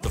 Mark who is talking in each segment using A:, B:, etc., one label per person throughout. A: The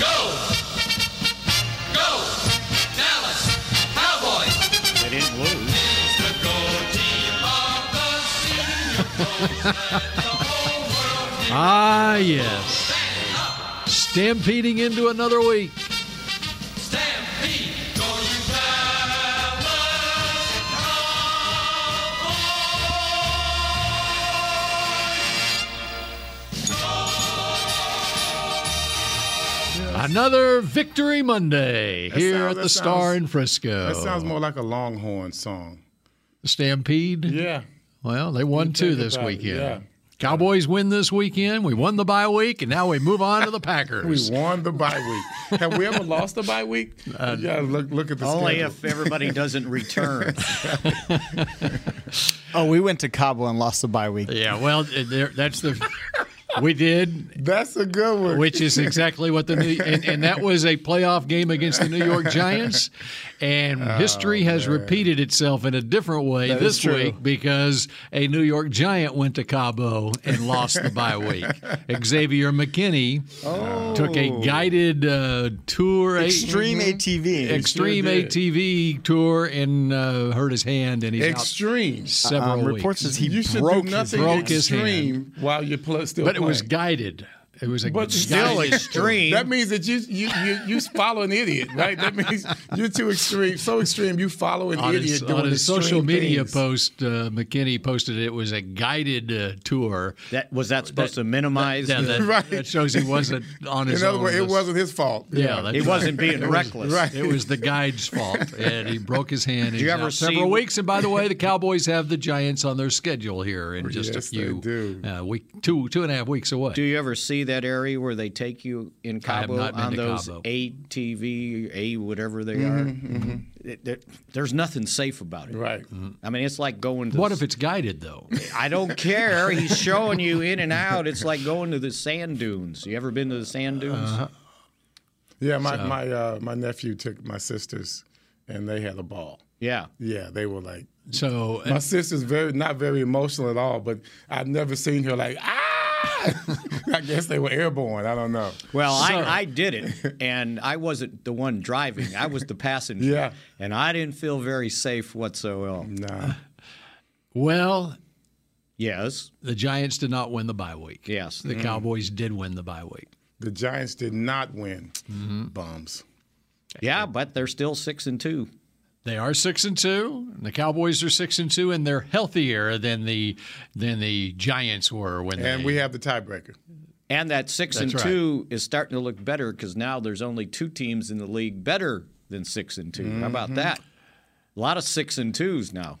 B: Go! Go! Dallas Cowboys! It's the go team of the city.
C: Ah, yes. Stampeding into another week.
B: Stampede! Go you Dallas!
C: Another Victory Monday
D: That
C: here
D: sounds-
C: at the
D: that
C: Star
D: sounds-
C: in Frisco.
D: That sounds more like a Longhorn song.
C: Stampede.
D: Yeah.
C: Well, they won two this
D: about it,
C: weekend.
D: yeah.
C: Cowboys win this weekend. We won the bye week, and now we move on to the
D: We
C: Packers.
D: won the bye week. Have we ever lost a bye week? yeah, look look at the
E: Only
D: schedule.
E: if everybody doesn't return.
F: Oh, we went to Cabo and lost the bye week.
C: yeah, well, uh, there, that's the. We did,
D: That's a good one.
C: which is exactly what the new and, and that was a playoff game against the New York Giants, and history has repeated itself in a different way
F: Oh, That is
C: this
F: true.
C: week because a New York Giant went to Cabo and lost the bye week. Xavier McKinney took a guided uh,
F: Oh.
C: tour, a- Mm-hmm.
F: Extreme ATV.
C: extreme
D: did.
C: ATV tour, and uh, hurt his hand, and he's out
D: extreme.
C: several
F: Um,
C: weeks.
F: reports says he
D: You should
F: broke his
D: do nothing
F: hand.
C: broke his hand.
D: extreme while you're pl- still
C: but it was
D: playing.
C: guided. It was a
D: But
E: Still
D: Guys,
E: extreme.
D: That means that you you you you follow an idiot, right? That means you're too extreme, so extreme you follow an
C: on
D: idiot
C: his,
D: doing
C: on his
D: extreme
C: social media
D: things.
C: post, uh, McKinney posted it was a guided uh, tour.
E: that was that supposed to minimize?
C: Yeah, that,
E: the-
D: Right.
C: that shows he wasn't on his
D: In other
C: own.
D: words, it
C: This-
D: wasn't his fault.
C: Yeah, that's
E: he
C: right.
E: wasn't being reckless.
D: Right.
C: It was the guide's fault, and he broke his hand. Did
E: you ever
C: several
E: see-
C: weeks? And by the way, the Cowboys have the Giants on their schedule here in just a
D: Yes, they
C: few
D: do.
C: Uh, week, two two and a half weeks away.
E: Do you ever see that area where they take you in
C: I have
E: Cabo
C: not been
E: on
C: to
E: those
C: Cabo.
E: ATV, A whatever
F: Mm-hmm,
E: they are? It- there- there's nothing safe about it.
D: Right.
E: I mean, it's like going to.
C: Mm-hmm. what if it's guided though?
E: I don't care. He's showing you in and out. It's like going to the sand dunes. You ever been to the sand dunes?
C: Uh-huh.
D: Yeah, my my uh, my nephew took my sisters, and they had a ball.
E: Yeah.
D: Yeah, they were like
C: So uh,
D: my sister's very not very emotional at all, but I've never seen her like ah. I guess they were airborne. I don't know.
E: Well, I, I did it, and I wasn't the one driving. I was the passenger.
D: Yeah.
E: And I didn't feel very safe whatsoever.
D: Nah.
C: well,
E: Yes.
C: the Giants did not win the bye week.
E: Yes.
C: the Cowboys did win the bye week.
D: The Giants did not win.
C: Mm-hmm.
D: Bums.
E: Yeah, but they're still six and two.
C: They are six and two. And the Cowboys are six and two, and they're healthier than the than the Giants were when
D: And
C: they.
D: we have the tiebreaker.
E: And that six
C: That's
E: and
C: right.
E: two is starting to look better because now there's only two teams in the league better than six and 2 How
C: Mm-hmm.
E: about that? A lot of six and twos now.
D: It's-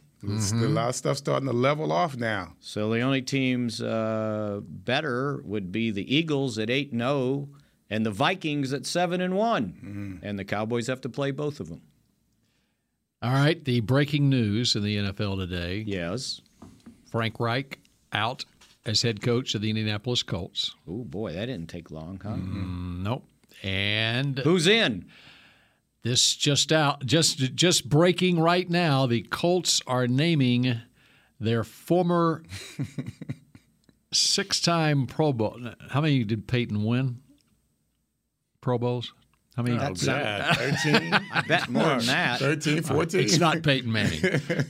C: Mm-hmm.
D: A lot of stuff starting to level off now.
E: So the only teams uh, better would be the Eagles at eight and zero, and the Vikings at seven and one,
C: Mm-hmm.
E: and the Cowboys have to play both of them.
C: All right, the breaking news in the NFL today:
E: Yes.
C: Frank Reich out as head coach of the Indianapolis Colts.
E: Oh boy, that didn't take long, huh?
C: Nope. And
E: Who's in?
C: this just out, just just breaking right now. The Colts are naming their former six-time Pro Bowl. How many did Peyton win? Pro Bowls? How many?
D: Yeah, 13,
E: I bet more than that.
D: 13, 14.
C: It's not Peyton Manning.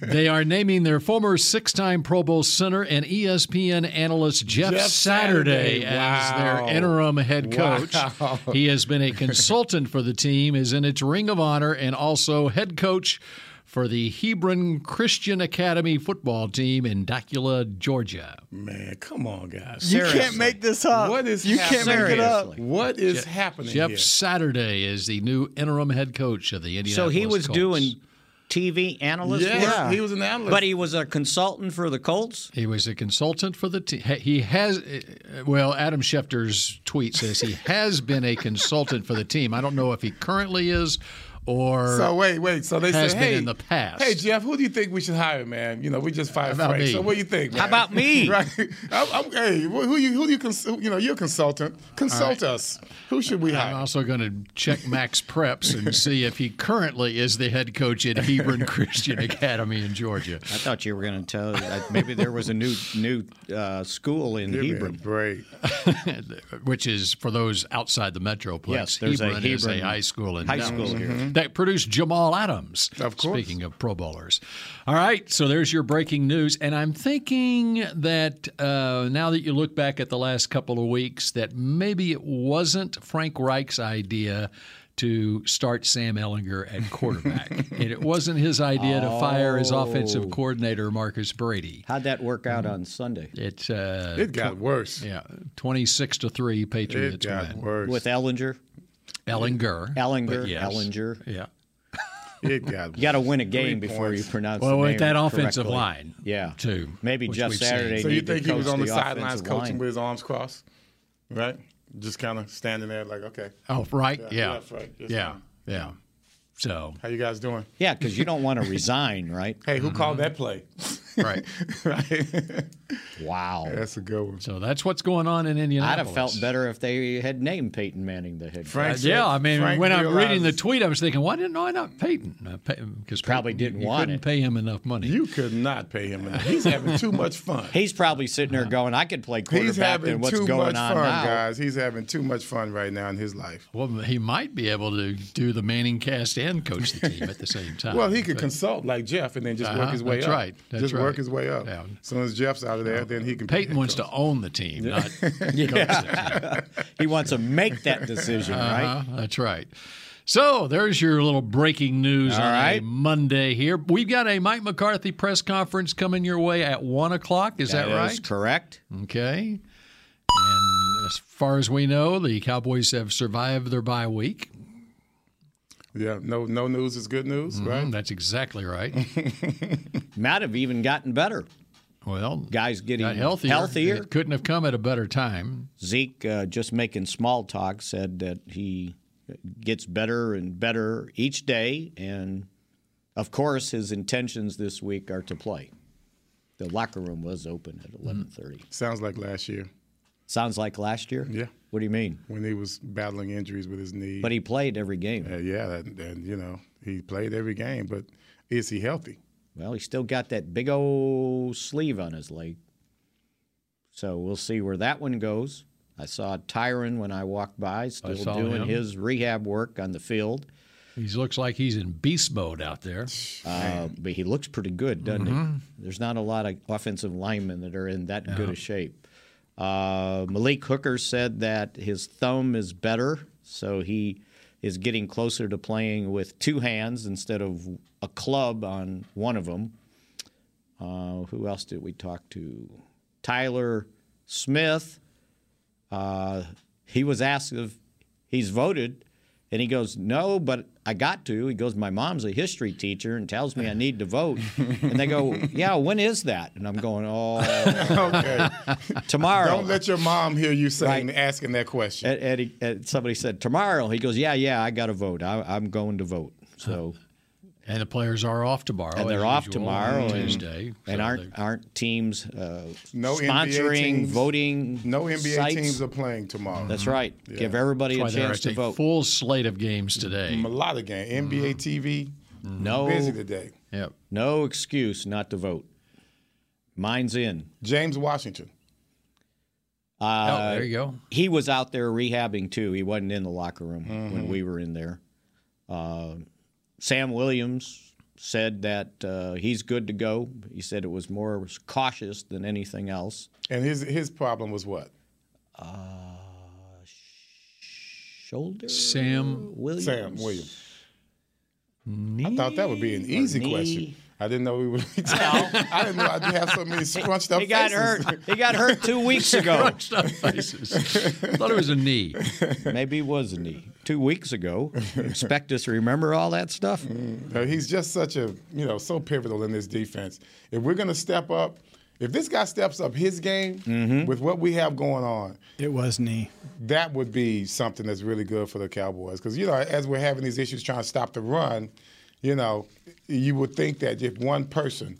C: they are naming their former six time Pro Bowl center and E ESPN analyst Jeff,
D: Jeff
C: Saturday,
D: Saturday.
C: as
D: Wow.
C: their interim head coach. He has been a consultant for the team, is in its ring of honor, and also head coach for the Hebron Christian Academy football team in Dacula, Georgia.
D: Man, come on, guys.
F: You can't
E: Seriously.
F: make this up.
D: What is
F: you
D: happening?
F: can't make it up.
E: Seriously.
D: What is happening
C: Jeff
D: here?
C: Saturday is the new interim head coach of the
E: So
C: Indianapolis
E: he was
C: Colts.
E: doing TV analyst
D: Yes,
E: work,
D: he was an analyst.
E: but he was a consultant for the Colts.
C: He was a consultant for the team. He has, well, Adam Schefter's tweet says he has been a consultant for the team. I don't know if he currently is or
D: So wait, wait. So they
C: has
D: said,
C: been
D: hey,
C: in the past.
D: Hey Jeff, who do you think we should hire, man? You know, we just fired
C: about
D: Frank.
C: me?
D: So what do you think?
E: How
D: man?
E: about me?
D: Right. I'm, I'm, hey, wh- who you who do you cons- you know? You're a consultant. Consult us. Who should we
C: I'm
D: hire?
C: also going to check Max Preps and see if he currently is the head coach at Hebron Christian Academy in Georgia.
E: I thought you were going to tell that maybe there was a new new uh, school in
D: Give me a
E: Hebron.
D: break.
C: which is for those outside the metroplex.
E: Yes, there's a
C: Hebron, is a
E: Hebron
C: high school in
E: high
C: Dallas
E: school here.
C: that Mm-hmm. produced Jamal Adams.
D: Of course.
C: Speaking of Pro Bowlers, all right. So there's your breaking news, and I'm thinking that uh, now that you look back at the last couple of weeks, that maybe it wasn't Frank Reich's idea. To start Sam Ellinger at quarterback. and it wasn't his idea to fire
D: Oh.
C: his offensive coordinator, Marcus Brady.
E: How'd that work out on Sunday
C: It's, uh,
D: It got worse.
C: yeah, 26 to 3
D: It
C: Patriots
D: got
C: win.
D: worse.
E: with Ellinger?
C: Ellinger.
E: Ellinger,
C: But yes.
E: Ellinger.
C: Yeah.
D: it got.
E: You got to win a
D: Three
E: game before
D: points.
E: you pronounce.
C: Well,
E: the
C: with
E: name
C: that offensive
E: correctly.
C: line,
E: Yeah.
C: too,
E: Maybe
C: which
E: Jeff
C: we've seen.
E: Saturday.
D: So you
E: need to
D: think he was
E: coach
D: on the,
E: offensive
D: sidelines coaching
E: line.
D: with his arms crossed, right? Just kind of standing there, like, okay,
C: Oh, right.
D: Yeah,
C: Yeah.
D: left, right,
C: Yeah.
D: yes,
C: Yeah.
D: ma'am.
C: So,
D: how you guys doing?
E: Yeah, because you don't want to resign, right?
D: Hey, who called that play?
C: right.
D: right.
E: Wow.
D: That's a good one.
C: So that's what's going on in
E: I'd
C: Indianapolis.
E: have felt better if they had named Peyton Manning the head. coach.
D: Frank. said-
C: Uh, Yeah, I mean,
D: Frank
C: when I'm reading the
D: realizes-
C: tweet, I was thinking, why didn't I not Uh, Peyton? Because
E: Probably didn't
C: you
E: want
C: couldn't
E: it.
C: pay him enough money.
D: You could not pay him enough. He's having too much fun.
E: He's probably sitting there going, "I could play
D: He's
E: quarterback."
D: having
E: And what's
D: too
E: going
D: much
E: on
D: fun,
E: now?
D: guys. He's having too much fun right now in his life.
C: well, he might be able to do the Manning cast and coach the team at the same time.
D: Well, he could
C: Uh, But-
D: consult like Jeff and then just
C: Uh-huh,
D: work his way
C: that's
D: up.
C: right, that's
D: just
C: right.
D: work his way up.
C: Yeah.
D: As soon as Jeff's out of there, then he can.
C: Peyton wants to own the team, not coach the team.
E: He wants to make that decision, right?
C: Uh-huh, that's right. So there's your little breaking news
E: All
C: on a
E: right.
C: Monday here. We've got a Mike McCarthy press conference coming your way at one o'clock. Is that, right?
E: is correct.
C: okay. And as far as we know, the Cowboys have survived their bye week.
D: Yeah, no, no news is good news, right?
C: Mm, That's exactly right.
E: Might have even gotten better.
C: Well,
E: Guys getting
C: got healthier.
E: healthier.
C: It couldn't have come at a better time.
E: Zeke, uh, just making small talk, said that he gets better and better each day. And of course, his intentions this week are to play. The locker room was open
D: Mm.
E: at 11:30.
D: Sounds like last year
E: Sounds like last year.
D: Yeah.
E: What do you mean?
D: when he was battling injuries with his knee.
E: But he played every game.
D: Uh, yeah, and, and you know he played every game, but is he healthy?
E: Well, he still got that big old sleeve on his leg. So we'll see where that one goes. I saw Tyron when I walked by, still
C: saw
E: doing
C: him.
E: his rehab work on the field.
C: He looks like he's in beast mode out there.
E: Uh, but he looks pretty good, doesn't
C: Mm-hmm.
E: he? There's not a lot of offensive linemen that are in that good a shape. Uh, Malik Hooker said that his thumb is better, so he is getting closer to playing with two hands instead of a club on one of them. Uh, who else did we talk to? Tyler Smith. Uh, he was asked if he's voted, and he goes, "No, but I got to." He goes, "My mom's a history teacher and tells me I need to vote." And they go, "Yeah, when is that?" And I'm going, "Oh,
D: okay,
E: tomorrow."
D: don't let your mom hear you saying
E: Right.
D: asking that question.
E: Ed, Eddie, Ed, somebody said tomorrow. He goes, "Yeah, yeah, I got to vote. I, I'm going to vote." So.
C: And the players are off tomorrow.
E: and they're
C: as
E: off
C: usual,
E: tomorrow
C: on
E: and,
C: Tuesday.
E: and
C: So
E: aren't aren't teams uh,
D: No NBA
E: sponsoring
D: teams.
E: voting
D: no NBA
E: sites.
D: teams are playing tomorrow.
E: That's right. Give everybody
C: Mm-hmm.
E: a
C: Why there
E: chance
C: is
E: to
C: a
E: vote.
C: full slate of games today.
D: a lot of game.
E: Mm-hmm.
D: NBA TV busy
E: no,
D: today.
C: Yep.
E: no excuse not to vote. Mine's in.
D: James Washington.
C: Oh,
E: Uh,
C: there you go.
E: He was out there rehabbing too. He wasn't in the locker room
C: Mm-hmm.
E: when we were in there. Uh, Sam Williams said that uh, he's good to go. He said it was more cautious than anything else.
D: And his his problem was what?
E: Shoulder.
C: Sam
E: Williams.
D: Sam Williams. I thought that would be an easy
E: knee.
D: question. I didn't know we would. I didn't know I'd have so many scrunched up
E: He got
D: faces.
E: hurt. He got hurt two weeks ago.
C: Stuff faces. Thought it was a knee.
E: Maybe it was a knee. Two weeks ago. You Expect us to remember all that stuff.
D: No, he's just such a you know so pivotal in this defense. If we're going to step up, If this guy steps up his game
E: Mm-hmm.
D: with what we have going on,
F: It was knee.
D: that would be something that's really good for the Cowboys. Because, you know, as we're having these issues trying to stop the run, you know, you would think that if one person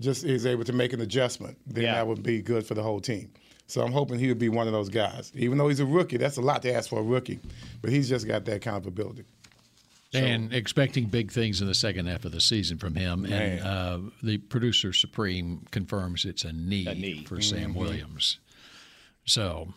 D: just is able to make an adjustment, then
E: Yeah.
D: that would be good for the whole team. So I'm hoping he would be one of those guys. Even though he's a rookie, that's a lot to ask for a rookie, but he's just got that kind of ability.
C: and expecting big things in the second half of the season from him.
D: Man.
C: And uh, the producer supreme confirms it's a knee,
E: knee. Mm-hmm.
C: for Sam Williams. So,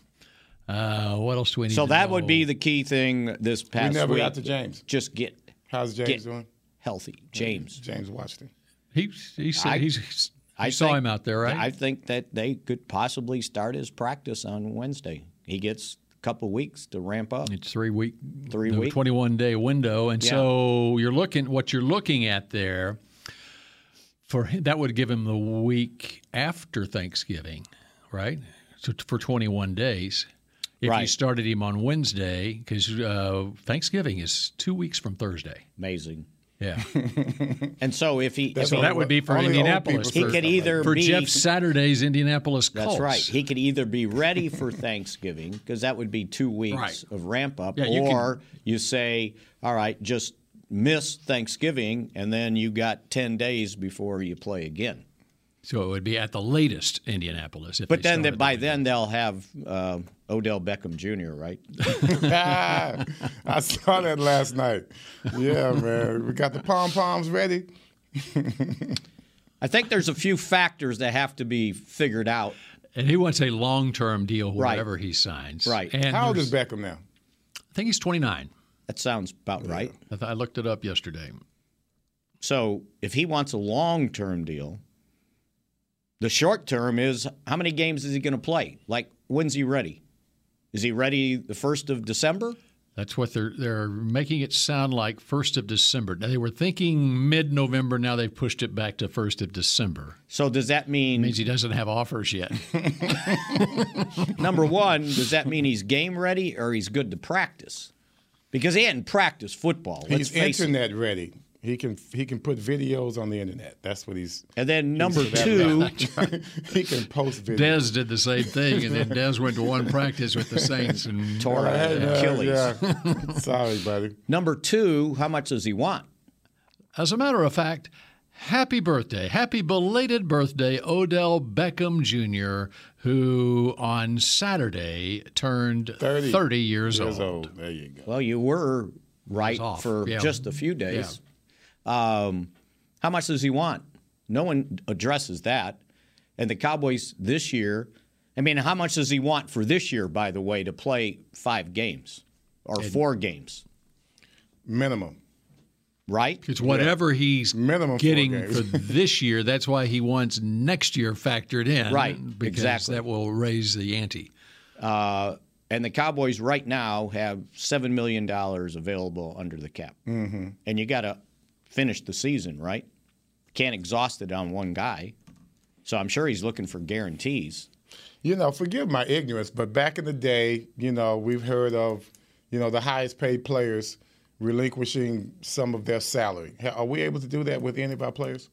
C: uh, what else do we need?
E: So
C: to
E: that would
C: know?
E: be the key thing this past
D: never
E: week.
D: got to James.
E: Just get
D: How's James
E: Get-
D: doing?
E: healthy, James.
D: James Washington.
C: he. He said
E: I-
C: he's. he's
E: I
C: you saw
E: think-
C: him out there, right?
E: I think that they could possibly start his practice on Wednesday. He gets a couple weeks to ramp up.
C: It's three week,
E: Three
C: the
E: week.
C: twenty-one day window, and
E: Yeah.
C: so you're looking. What you're looking at there for him- that would give him the week after Thanksgiving, right? So t- for twenty-one days, if you
E: Right.
C: started him on Wednesday, because uh, Thanksgiving is two weeks from Thursday.
E: Amazing.
C: Yeah,
E: And so if he, if
C: so
E: he-
C: that would be for
D: Only old
C: Indianapolis.
D: people
E: he
C: For,
D: serve
E: could either
C: for
E: be
C: Jeff Saturday's Indianapolis
E: That's
C: Colts.
E: right. He could either be ready for Thanksgiving because that would be two weeks
C: Right.
E: of ramp up,
C: Yeah, you can-
E: or you say, all right, just miss Thanksgiving and then you got 10 days before you play again.
C: so it would be at the latest Indianapolis. If
E: But
C: they
E: then that
C: started
E: by
C: the-
E: then they'll have uh, Odell Beckham Jr., right?
D: Ah, I saw that last night. Yeah, man. We got the pom poms ready.
E: I think there's a few factors that have to be figured out.
C: and he wants a long-term deal,
E: Right.
C: whatever he signs.
E: Right.
C: And
D: How old
C: there's-
D: is Beckham now?
C: I think he's 29.
E: That sounds about right.
C: I, th- I looked it up yesterday.
E: So if he wants a long term deal, the short term is how many games is he going to play? Like, when's he ready? Is he ready the 1st of December?
C: That's what they're they're making it sound like first of December. Now they were thinking mid November. Now they've pushed it back to first of December.
E: So does that mean,
C: Means he doesn't have offers yet.
E: number one, does that mean he's game ready or he's good to practice? Because he hadn't practiced football.
D: He's
E: Let's face it.
D: internet ready. He can he can put videos on the internet. That's what he's.
E: And then number
D: he's
E: two,
D: he can post videos.
C: Dez did the same thing, and then Dez went to one practice with the Saints and
E: tore
D: Hey, man,
E: Achilles.
D: yeah. Sorry, buddy.
E: Number two, how much does he want?
C: As a matter of fact, happy birthday, happy belated birthday, Odell Beckham Jr., who on Saturday turned 30,
D: 30
C: years,
D: Years
C: old.
D: old. There you go.
E: Well, you were right
C: off,
E: for
C: yeah.
E: just a few days. Um, how much does he want? No one addresses that. And the Cowboys this year, I mean, how much does he want for this year, by the way, to play five games or four games,
D: Minimum.
E: right?
C: It's whatever he's
D: Minimum four
C: getting
D: games.
C: for this year. That's why he wants next year factored in.
E: Right,
C: Because
E: exactly.
C: that will raise the ante.
E: And the Cowboys right now have $7 million available under the cap. Mm-hmm. And you got to finish the season, right? Can't exhaust it on one guy. So I'm sure he's looking for guarantees.
D: You know, forgive my ignorance, but back in the day, you know, we've heard of, you know, the highest paid players relinquishing some of their salary. Ha- Are we able to do that with any of our players?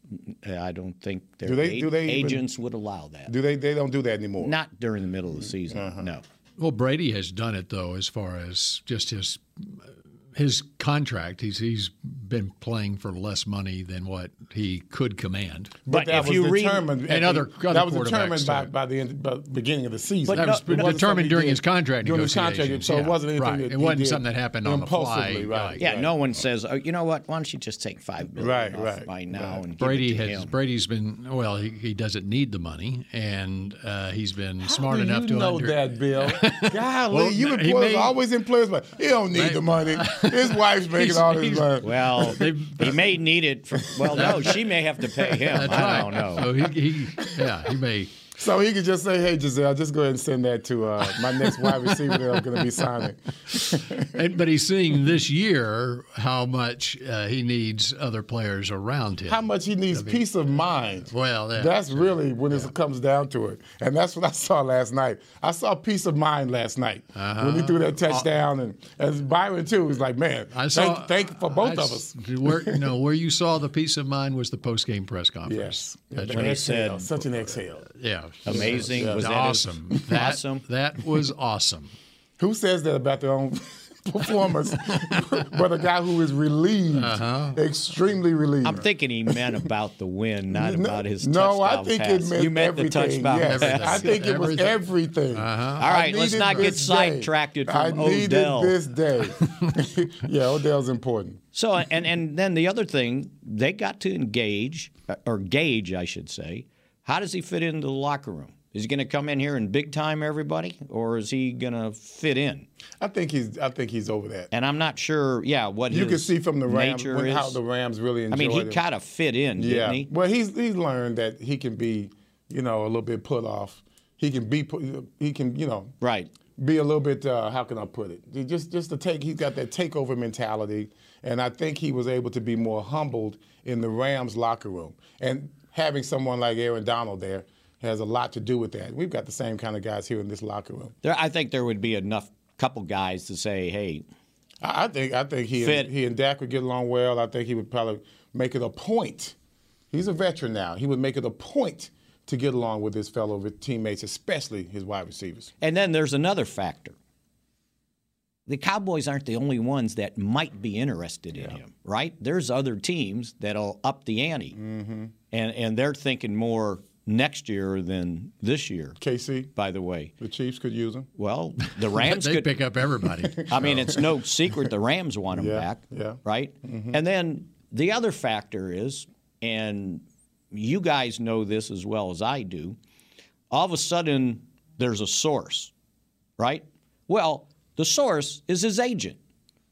E: Uh, I don't think their
D: Do they-
E: a-
D: do they even-
E: agents would allow that.
D: Do Uh-huh. they? They don't do that anymore.
E: Not during the middle of the season. No.
C: Well, Brady has done it though, as far as just his his contract. He's he's been playing for less money than what he could command.
E: But,
D: that
E: if
D: was
E: you read,
D: determined at
C: And
D: the-
C: other- other
D: that was
C: quarterbacks
D: determined by,
C: too.
D: by the end, by the beginning of the season.
C: That no- was
D: It wasn't
C: determined
D: something he
C: during
D: did
C: his contract
D: during his contract,
C: negotiations,
D: so
C: yeah,
D: it wasn't anything
C: right.
D: that
C: It
D: he
C: wasn't
D: did
C: something that happened on the
D: impulsively,
C: fly,
D: Right,
C: like-
E: yeah,
D: right.
E: no one says, oh, you know what? Why don't you just take five million
D: Right,
E: off
D: right,
E: by now and give
C: Brady
E: it to
C: has
E: him?
C: Brady's been well. He, he doesn't need the money, and uh, he's been smart
D: do
C: enough
D: you
C: to
D: know
C: under-
D: that, Bill. Golly,
C: Well,
D: you
C: no, he
D: reporters
C: may-
D: are always in players, but he don't need the money. His wife's making all this
C: he's-
D: money.
E: Well, he may need it. For, well, no, she may have to pay him.
C: That's
E: I don't
C: right. Oh,
E: know.
C: So he, he, yeah, he may
D: So he could just say, "Hey, Giselle, just go ahead and send that to uh, my next wide receiver that I'm going to be signing."
C: And, but he's seeing this year how much uh, he needs other players around him.
D: How much he needs peace of mind.
C: Well, yeah.
D: that's really when it comes down to it, and that's what I saw last night. I saw peace of mind last night when he threw that touchdown, and and Byron too was like, "Man,
C: Uh-huh. I saw.
D: thank, thank you for both
C: I
D: of
C: s-
D: us."
C: Where, no, where you saw the peace of mind was the post game press conference.
D: Yes,
C: That's
D: An
E: When he
C: right.
D: exhale,
E: said-
D: such an exhale.
C: Yeah.
E: Amazing. Was that his-
C: awesome. That,
E: awesome.
C: That was awesome.
D: Who says that about their own performance? but a guy who is relieved,
C: Uh-huh.
D: extremely relieved.
E: I'm thinking he meant about the win, not
D: No,
E: about his
D: no,
E: touchdown
D: I think
E: pass.
D: it meant
E: you meant the
D: everything.
E: touchdown
D: yes.
E: pass.
D: I think it was everything.
E: All
D: I
E: right, let's
D: needed
E: not get
D: this day.
E: sidetracked from
D: I needed
E: Odell.
D: this day. yeah, Odell's important.
E: So, and and then the other thing, they got to engage uh, or gauge, I should say. How does he fit into the locker room? Is he going to come in here and big time everybody, or is he going to fit in?
D: I think he's. I think he's over that.
E: And I'm not sure. Yeah, what
D: You can
E: his
D: see from the Rams
E: nature
D: when-
E: is.
D: how the Rams really
E: I
D: enjoyed
E: mean, he
D: him.
E: kind of fit in,
D: Yeah.
E: didn't he?
D: Well, he's he's learned that he can be, you know, a little bit put off. He can be. Put, he can, you know,
E: Right.
D: be a little bit. Uh, how can I put it? He Just just to take. He's got that takeover mentality, and I think he was able to be more humbled in the Rams locker room. And having someone like Aaron Donald there has a lot to do with that. We've got the same kind of guys here in this locker room.
E: There, I think there would be enough couple guys to say, hey,
D: I I think I think he
E: Fit.
D: and, he and Dak would get along well. I think he would probably make it a point. He's a veteran now. He would make it a point to get along with his fellow re- teammates, especially his wide receivers.
E: And then there's another factor. The Cowboys aren't the only ones that might be interested in him, right? There's other teams that'll up the ante, and and they're thinking more next year than this year.
D: KC,
E: By the way,
D: the Chiefs could use him.
E: well, the Rams
C: they
E: could.
C: pick up everybody.
E: I mean, it's no secret the Rams want him
D: Yeah,
E: back,
D: yeah. Mm-hmm.
E: right? And then the other factor is, and you guys know this as well as I do. All of a sudden, there's a source, right? Well, the source is his agent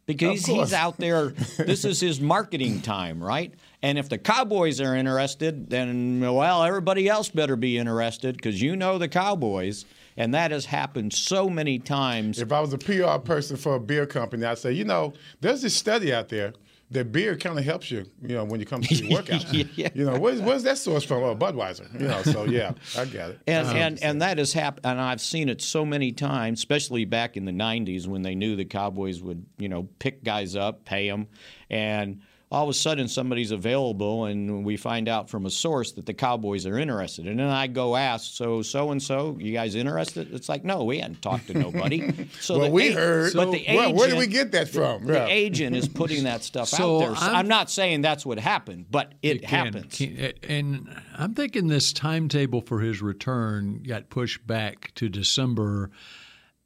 E: because he's out there. This is his marketing time, right? And if the Cowboys are interested, then well, everybody else better be interested because you know the Cowboys, and that has happened so many times.
D: If I was a PR person for a beer company, I'd say, you know, there's this study out there that beer kind of helps you, you know, when you come to your workout.
E: Yeah.
D: You know, where's, where's that source from? Oh, Budweiser. You know, so yeah, I got it. Uh-huh.
E: And, and and that has happened, and I've seen it so many times, especially back in the '90s when they knew the Cowboys would, you know, pick guys up, pay them, and all of a sudden somebody's available, and we find out from a source that the Cowboys are interested. And then I go ask, so so and so, you guys interested? It's like, no, we hadn't talked to nobody. So
D: well,
E: the
D: we
E: a-
D: heard.
E: but the
D: well,
E: agent,
D: where did we get that from?
E: The agent is putting that stuff
C: So
E: out there. So
C: I'm-
E: I'm, not saying that's what happened, but it
C: Can-
E: happens.
C: can- and I'm thinking this timetable for his return got pushed back to December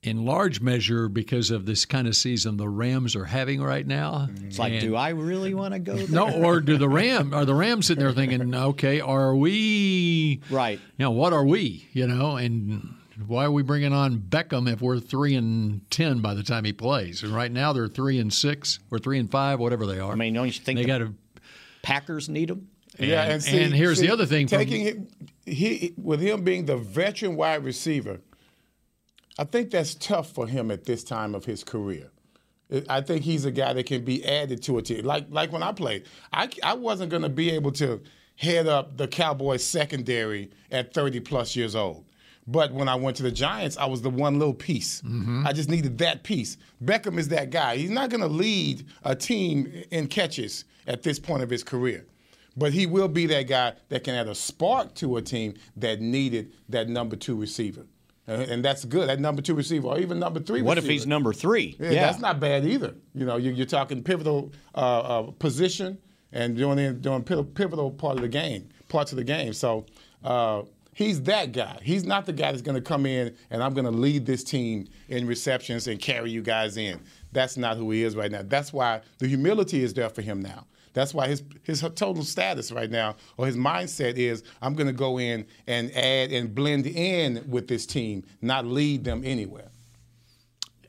C: in large measure because of this kind of season the Rams are having right now.
E: it's like, do I really want to go there?
C: No, or do the Ram are the Rams sitting there thinking, okay, are we
E: Right.
C: You know, what are we? You know, and why are we bringing on Beckham if we're three and ten by the time he plays? And right now they're three and six or three and five, whatever they are.
E: I mean, don't you think
C: they
E: the
C: got to.
E: Packers need him?
D: Yeah,
C: And-
D: and, see,
C: and here's the
D: see,
C: other thing from-
D: Taking him, he with him being the veteran wide receiver, I think that's tough for him at this time of his career. I- I think he's a guy that can be added to a team. Like like when I played, I I wasn't going to be able to head up the Cowboys secondary at 30 plus years old. But when I went to the Giants, I was the one little piece.
C: Mm-hmm.
D: I just needed that piece. Beckham is that guy. He's not going to lead a team in catches at this point of his career. But he will be that guy that can add a spark to a team that needed that number two receiver. And and that's good, that number two receiver, or even number three
E: What if
D: receiver.
E: he's number three?
D: Yeah, that's not bad either. You know, you, you're talking pivotal uh, uh, position and doing in- doing pi- pivotal part of the game, parts of the game. So uh, he's that guy. He's not the guy that's going to come in and I'm going to lead this team in receptions and carry you guys in. That's not who he is right now. That's why the humility is there for him now. That's why his his total status right now or his mindset is I'm going to go in and add and blend in with this team, not lead them anywhere.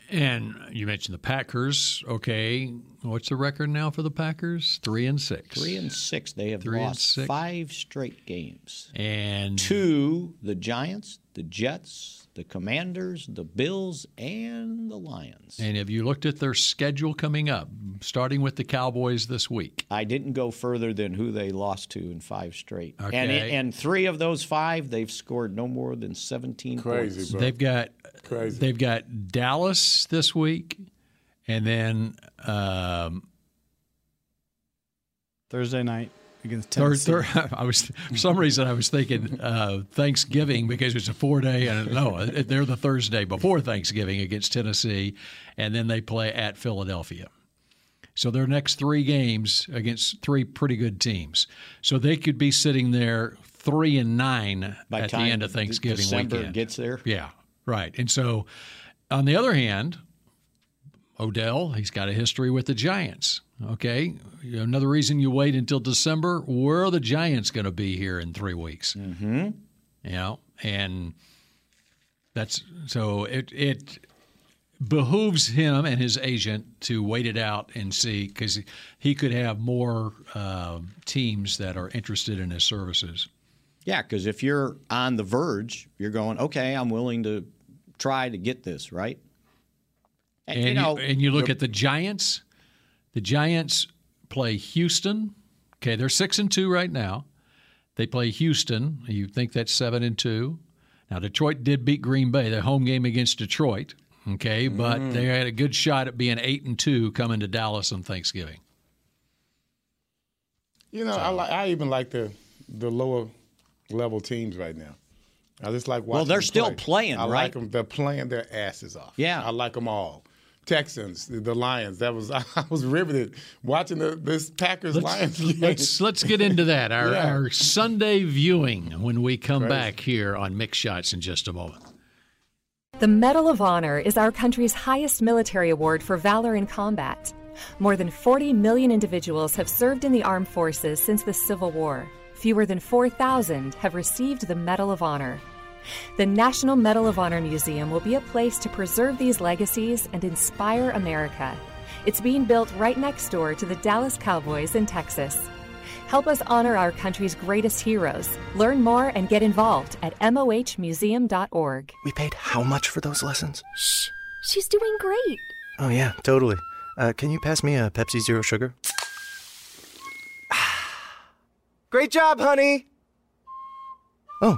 C: And you mentioned the Packers. Okay, what's the record now for the Packers? Three and six.
E: Three and six. They have
C: Three and
E: lost
C: six.
E: five straight games
C: and
E: to the Giants, the Jets, the Commanders, the Bills, and the Lions.
C: And have you looked at their schedule coming up, starting with the Cowboys this week?
E: I didn't go further than who they lost to in five straight. And,
C: Okay.
E: and three of those five, they've scored no more than 17 points.
D: Crazy, bro.
C: They've got
D: Crazy.
C: They've got Dallas this week, and then um,
F: Thursday night against
C: thir-
F: Tennessee.
C: thir- I was for some reason I was thinking uh, Thanksgiving because it's a four day. And no, uh, they're the Thursday before Thanksgiving against Tennessee, and then they play at Philadelphia. So their next three games against three pretty good teams. So they could be sitting there three and nine
E: By
C: at the
E: time
C: end of
E: De-
C: Thanksgiving
E: December
C: weekend.
E: gets there.
C: Yeah, right. And so, on the other hand, Odell, he's got a history with the Giants. Okay. Another reason you wait until December, where are the Giants going to be here in three weeks? Mm-hmm. You know, and that's so it, it behooves him and his agent to wait it out and see because he could have more uh, teams that are interested in his services.
E: Yeah, because if you're on the verge, you're going, okay, I'm willing to try to get this, right? And,
C: And
E: you
C: you,
E: know,
C: and you look at the Giants. The Giants play Houston. Okay, they're six and two right now. They play Houston. You think that's seven and two? Now Detroit did beat Green Bay. Their home game against Detroit. Okay, but
E: Mm.
C: they had a good shot at being eight and two coming to Dallas on Thanksgiving.
D: You know, I, like I even like the the lower level teams right now. I just like watching.
E: Well, they're
D: them
E: still
D: play.
E: playing,
D: I
E: right?
D: like them. They're playing their asses off.
E: Yeah.
D: I like them all. Texans, the, the Lions. That was I was riveted watching the, this Packers Lions game.
C: Let's let's get into that. Our,
D: Yeah.
C: our Sunday viewing when we come back here on Mix Shots in just a moment.
G: The Medal of Honor is our country's highest military award for valor in combat. More than 40 million individuals have served in the armed forces since the Civil War. Fewer than 4,000 have received the Medal of Honor. The National Medal of Honor Museum will be a place to preserve these legacies and inspire America. It's being built right next door to the Dallas Cowboys in Texas. Help us honor our country's greatest heroes. Learn more and get involved at mohmuseum.org.
H: We paid how much for those lessons?
I: She's doing great.
H: Oh, yeah, totally. Uh, can you pass me a Pepsi Zero Sugar? Ah. Great job, honey! Oh.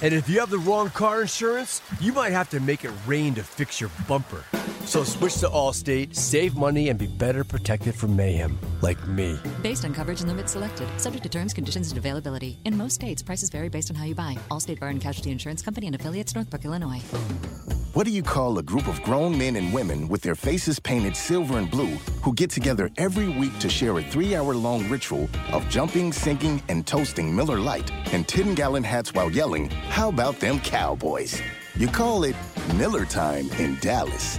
J: And if you have the wrong car insurance, you might have to make it rain to fix your bumper. So switch to Allstate, save money, and be better protected from mayhem, like me.
I: Based on coverage and limits selected, subject to terms, conditions, and availability. In most states, prices vary based on how you buy. Allstate Bar and Casualty Insurance Company and affiliates, Northbrook, Illinois.
H: What do you call a group of grown men and women with their faces painted silver and blue who get together every week to share a three hour long ritual of jumping, sinking, and toasting Miller Lite and 10 gallon hats while yelling, How about them cowboys? You call it Miller Time in Dallas.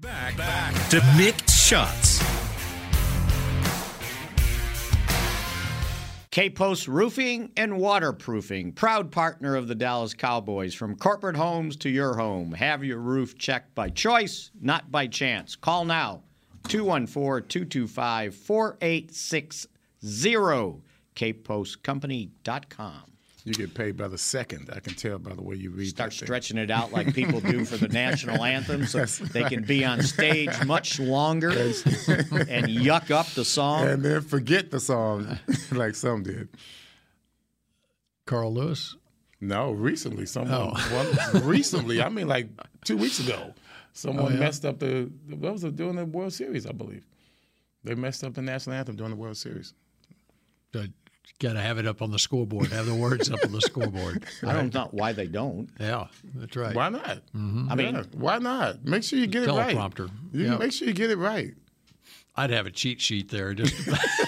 K: Back, back to mixed shots.
E: K Post Roofing and Waterproofing, proud partner of the Dallas Cowboys. From corporate homes to your home, have your roof checked by choice, not by chance. Call now 214 225 4860, capepostcompany.com.
D: You get paid by the second. I can tell by the way you read.
E: Start stretching it out like people do for the national anthem, so
D: That's
E: they can
D: right.
E: be on stage much longer and yuck up the song.
D: and then forget the song, like some did.
C: Carl Lewis?
D: No, recently someone. one- recently, I mean, like two weeks ago, someone
C: Oh, yeah?
D: messed up the. That was during the World Series, I believe. They messed up the national anthem during the World Series.
C: Got to uh, have it up on the scoreboard. Have the words up on the scoreboard.
E: I don't know why they don't.
C: Yeah, that's right.
D: Why not?
C: Mhm.
E: I mean-
D: Yeah, why not? Make sure you get it right.
C: Teleprompter.
D: You
C: Yeah.
D: make sure you get it right.
C: I'd have a cheat sheet there just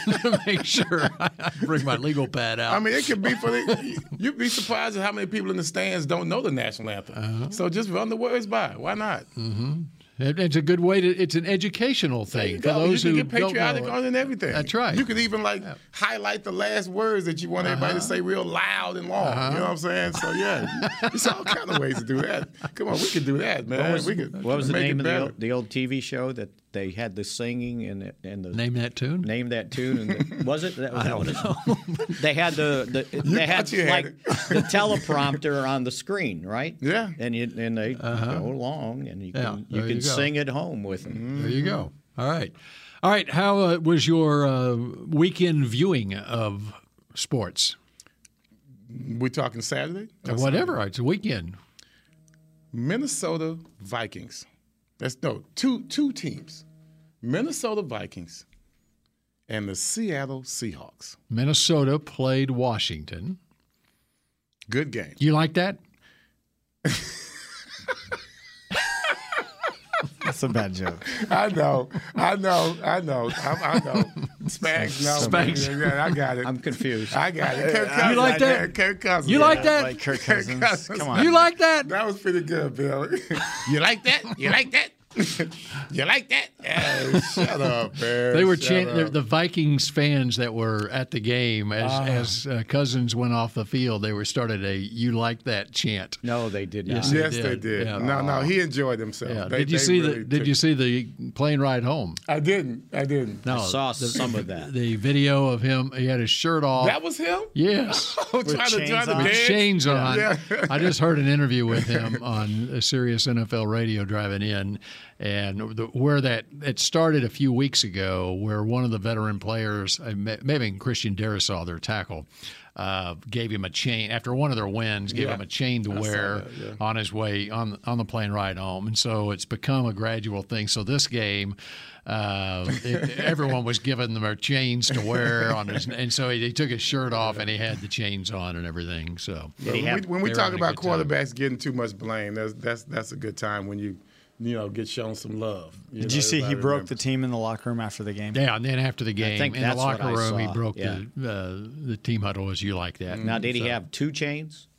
C: to make sure I bring my legal pad out.
D: I mean, it could be for the. You'd be surprised at how many people in the stands don't know the national anthem.
C: Uh-huh.
D: So just run the words by. Why not?
C: hmm It's a good way to. It's an educational thing for
D: Go,
C: those
D: you
C: who
D: can get patriotic
C: don't know it.
D: on it and everything.
C: That's right.
D: You could even like highlight the last words that you want everybody to say real loud and long. You know what I'm saying? So yeah, it's all kind of ways to do that. Come on, we could do that, man.
E: What was,
D: we could.
E: what was the
D: make it
E: name of the
D: better.
E: old, the old TV show that they had the singing and the- and the
C: name that tune?
E: Name that tune and the, was it? That was I don't know. They had the, the they had
D: thought you had
E: like
D: it.
E: the teleprompter on the screen, right?
D: Yeah.
E: And you, and they go along and you
C: Uh-huh. Yeah,
E: can you
C: there you
E: can
C: go.
E: sing at home with
D: Mm-hmm.
E: them.
C: There you go. All right. All right. How uh, was your uh, weekend viewing of sports?
D: We talking Saturday? Or
C: Uh, Whatever. It's a weekend.
D: Minnesota Vikings. That's no two two teams. Minnesota Vikings and the Seattle Seahawks.
C: Minnesota played Washington.
D: Good game.
C: You like that?
F: That's a bad joke.
D: I know, I know, I know, I, I know. Spags, no,
C: Spags.
D: Yeah, yeah, I got it.
E: I'm confused.
D: I got it. Kirk
F: You
D: Cousins,
C: like that?
D: man, Kirk Cousins.
C: You like that?
F: Like Kirk Cousins. Come on.
C: You like that?
D: That was pretty good, Bill. you like that? You like that? you like that? Oh, shut up, man.
C: They were
D: Shut
C: chanting the,
D: up.
C: the Vikings fans that were at the game as
D: Ah.
C: as uh, Cousins went off the field. They were started a "You like that" chant.
E: No, they did not.
C: Yes,
D: Yes,
C: they
D: they
C: did.
D: did.
C: Yeah.
D: No, no, he enjoyed himself.
C: Yeah.
D: They-
C: did you
D: they
C: see
D: really
C: the Did
D: took-
C: you see the plane ride home?
D: I didn't. I didn't.
C: No,
E: Oh, saw
C: the-
E: some of that.
C: The video of him. He had his shirt off.
D: That was him.
C: yes.
D: Oh, trying to
F: chains
D: trying to
F: on.
C: With
D: dance.
C: chains on.
D: Yeah.
C: I just heard an interview with him on a Sirius NFL radio driving in, and the, where that it started a few weeks ago, where one of the veteran players, uh, may- maybe Christian Darisaw, their tackle, uh, gave him a chain after one of their wins, gave
D: Yeah.
C: him a chain to wear on his way on on the plane ride home, and so it's become a gradual thing. So this game. Uh, it- everyone was giving them their chains to wear on his, and so he, he took his shirt off and he had the chains on and everything. So
D: But when, we, when we
C: they were
D: talk
C: having a
D: about
C: good time.
D: quarterbacks getting too much blame, that's that's that's a good time when you you know get shown some love.
F: Did you see he broke the team in the locker room after the game?
C: Yeah, and then after the game
E: think
C: in the
E: that's what
C: locker
E: I
C: room, he
E: saw,
C: broke
E: yeah. Mm,
C: the uh, the team huddle as you like that.
E: Now did he have two chains?
D: the.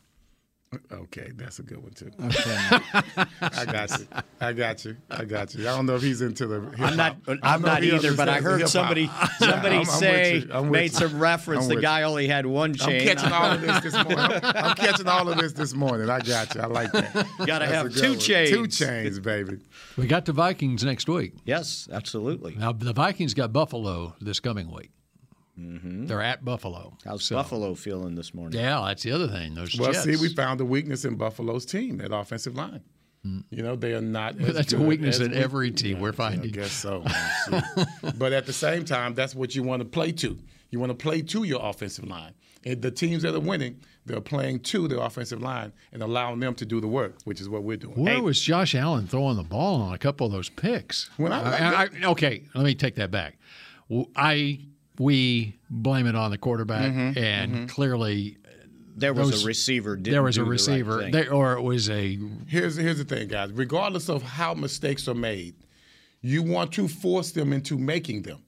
D: Okay, that's a good one too.
F: Okay.
D: I got you. I got you. I got you. I don't know if he's into the. Hip-hop.
E: I'm not.
D: I
E: I'm
D: know
E: not
D: he
E: either. But I
D: understands the
E: heard
D: hip-hop.
E: somebody somebody
D: I'm- I'm with
E: say
D: you. I'm with
E: made
D: you.
E: some reference.
D: I'm
E: the
D: with
E: guy only had one
D: I'm
E: chain.
D: catching all of this this morning. I'm, I'm catching all of this this morning. I got you. I like that.
E: Gotta
D: That's
E: have
D: a good
E: two
D: one. Two
E: chains.
D: chains, baby.
C: We got the Vikings next week.
E: yes, absolutely.
C: Now the Vikings got Buffalo this coming week. They're at Buffalo.
E: Mm-hmm. How's
C: So-
E: Buffalo feeling this morning?
C: Yeah, that's the other thing. Those
D: Well,
C: Jets.
D: see, we found a weakness in Buffalo's team, that offensive line. You know, they are not. As
C: Mm. that's a
D: good
C: weakness
D: as
C: in
D: we-
C: every team we're
D: I
C: finding.
D: guess so. man. Shoot. but at the same time, that's what you want to play to. You want to play to your offensive line. And the teams that are winning, they're playing to the offensive line and allowing them to do the work, which is what we're doing.
C: Where was Josh Allen throwing the ball on a couple of those picks? Uh,
D: When I-
C: I- I- okay, let me take that back. W- I we blame it on the quarterback,
D: Mm-hmm.
C: and clearly
E: There was
C: Those-
E: a receiver. Didn't
C: there was
E: do
C: a
E: the right
C: receiver,
E: thing.
C: they, or it was a
D: Here's here's the thing, guys. Regardless of how mistakes are made, you want to force them into making them.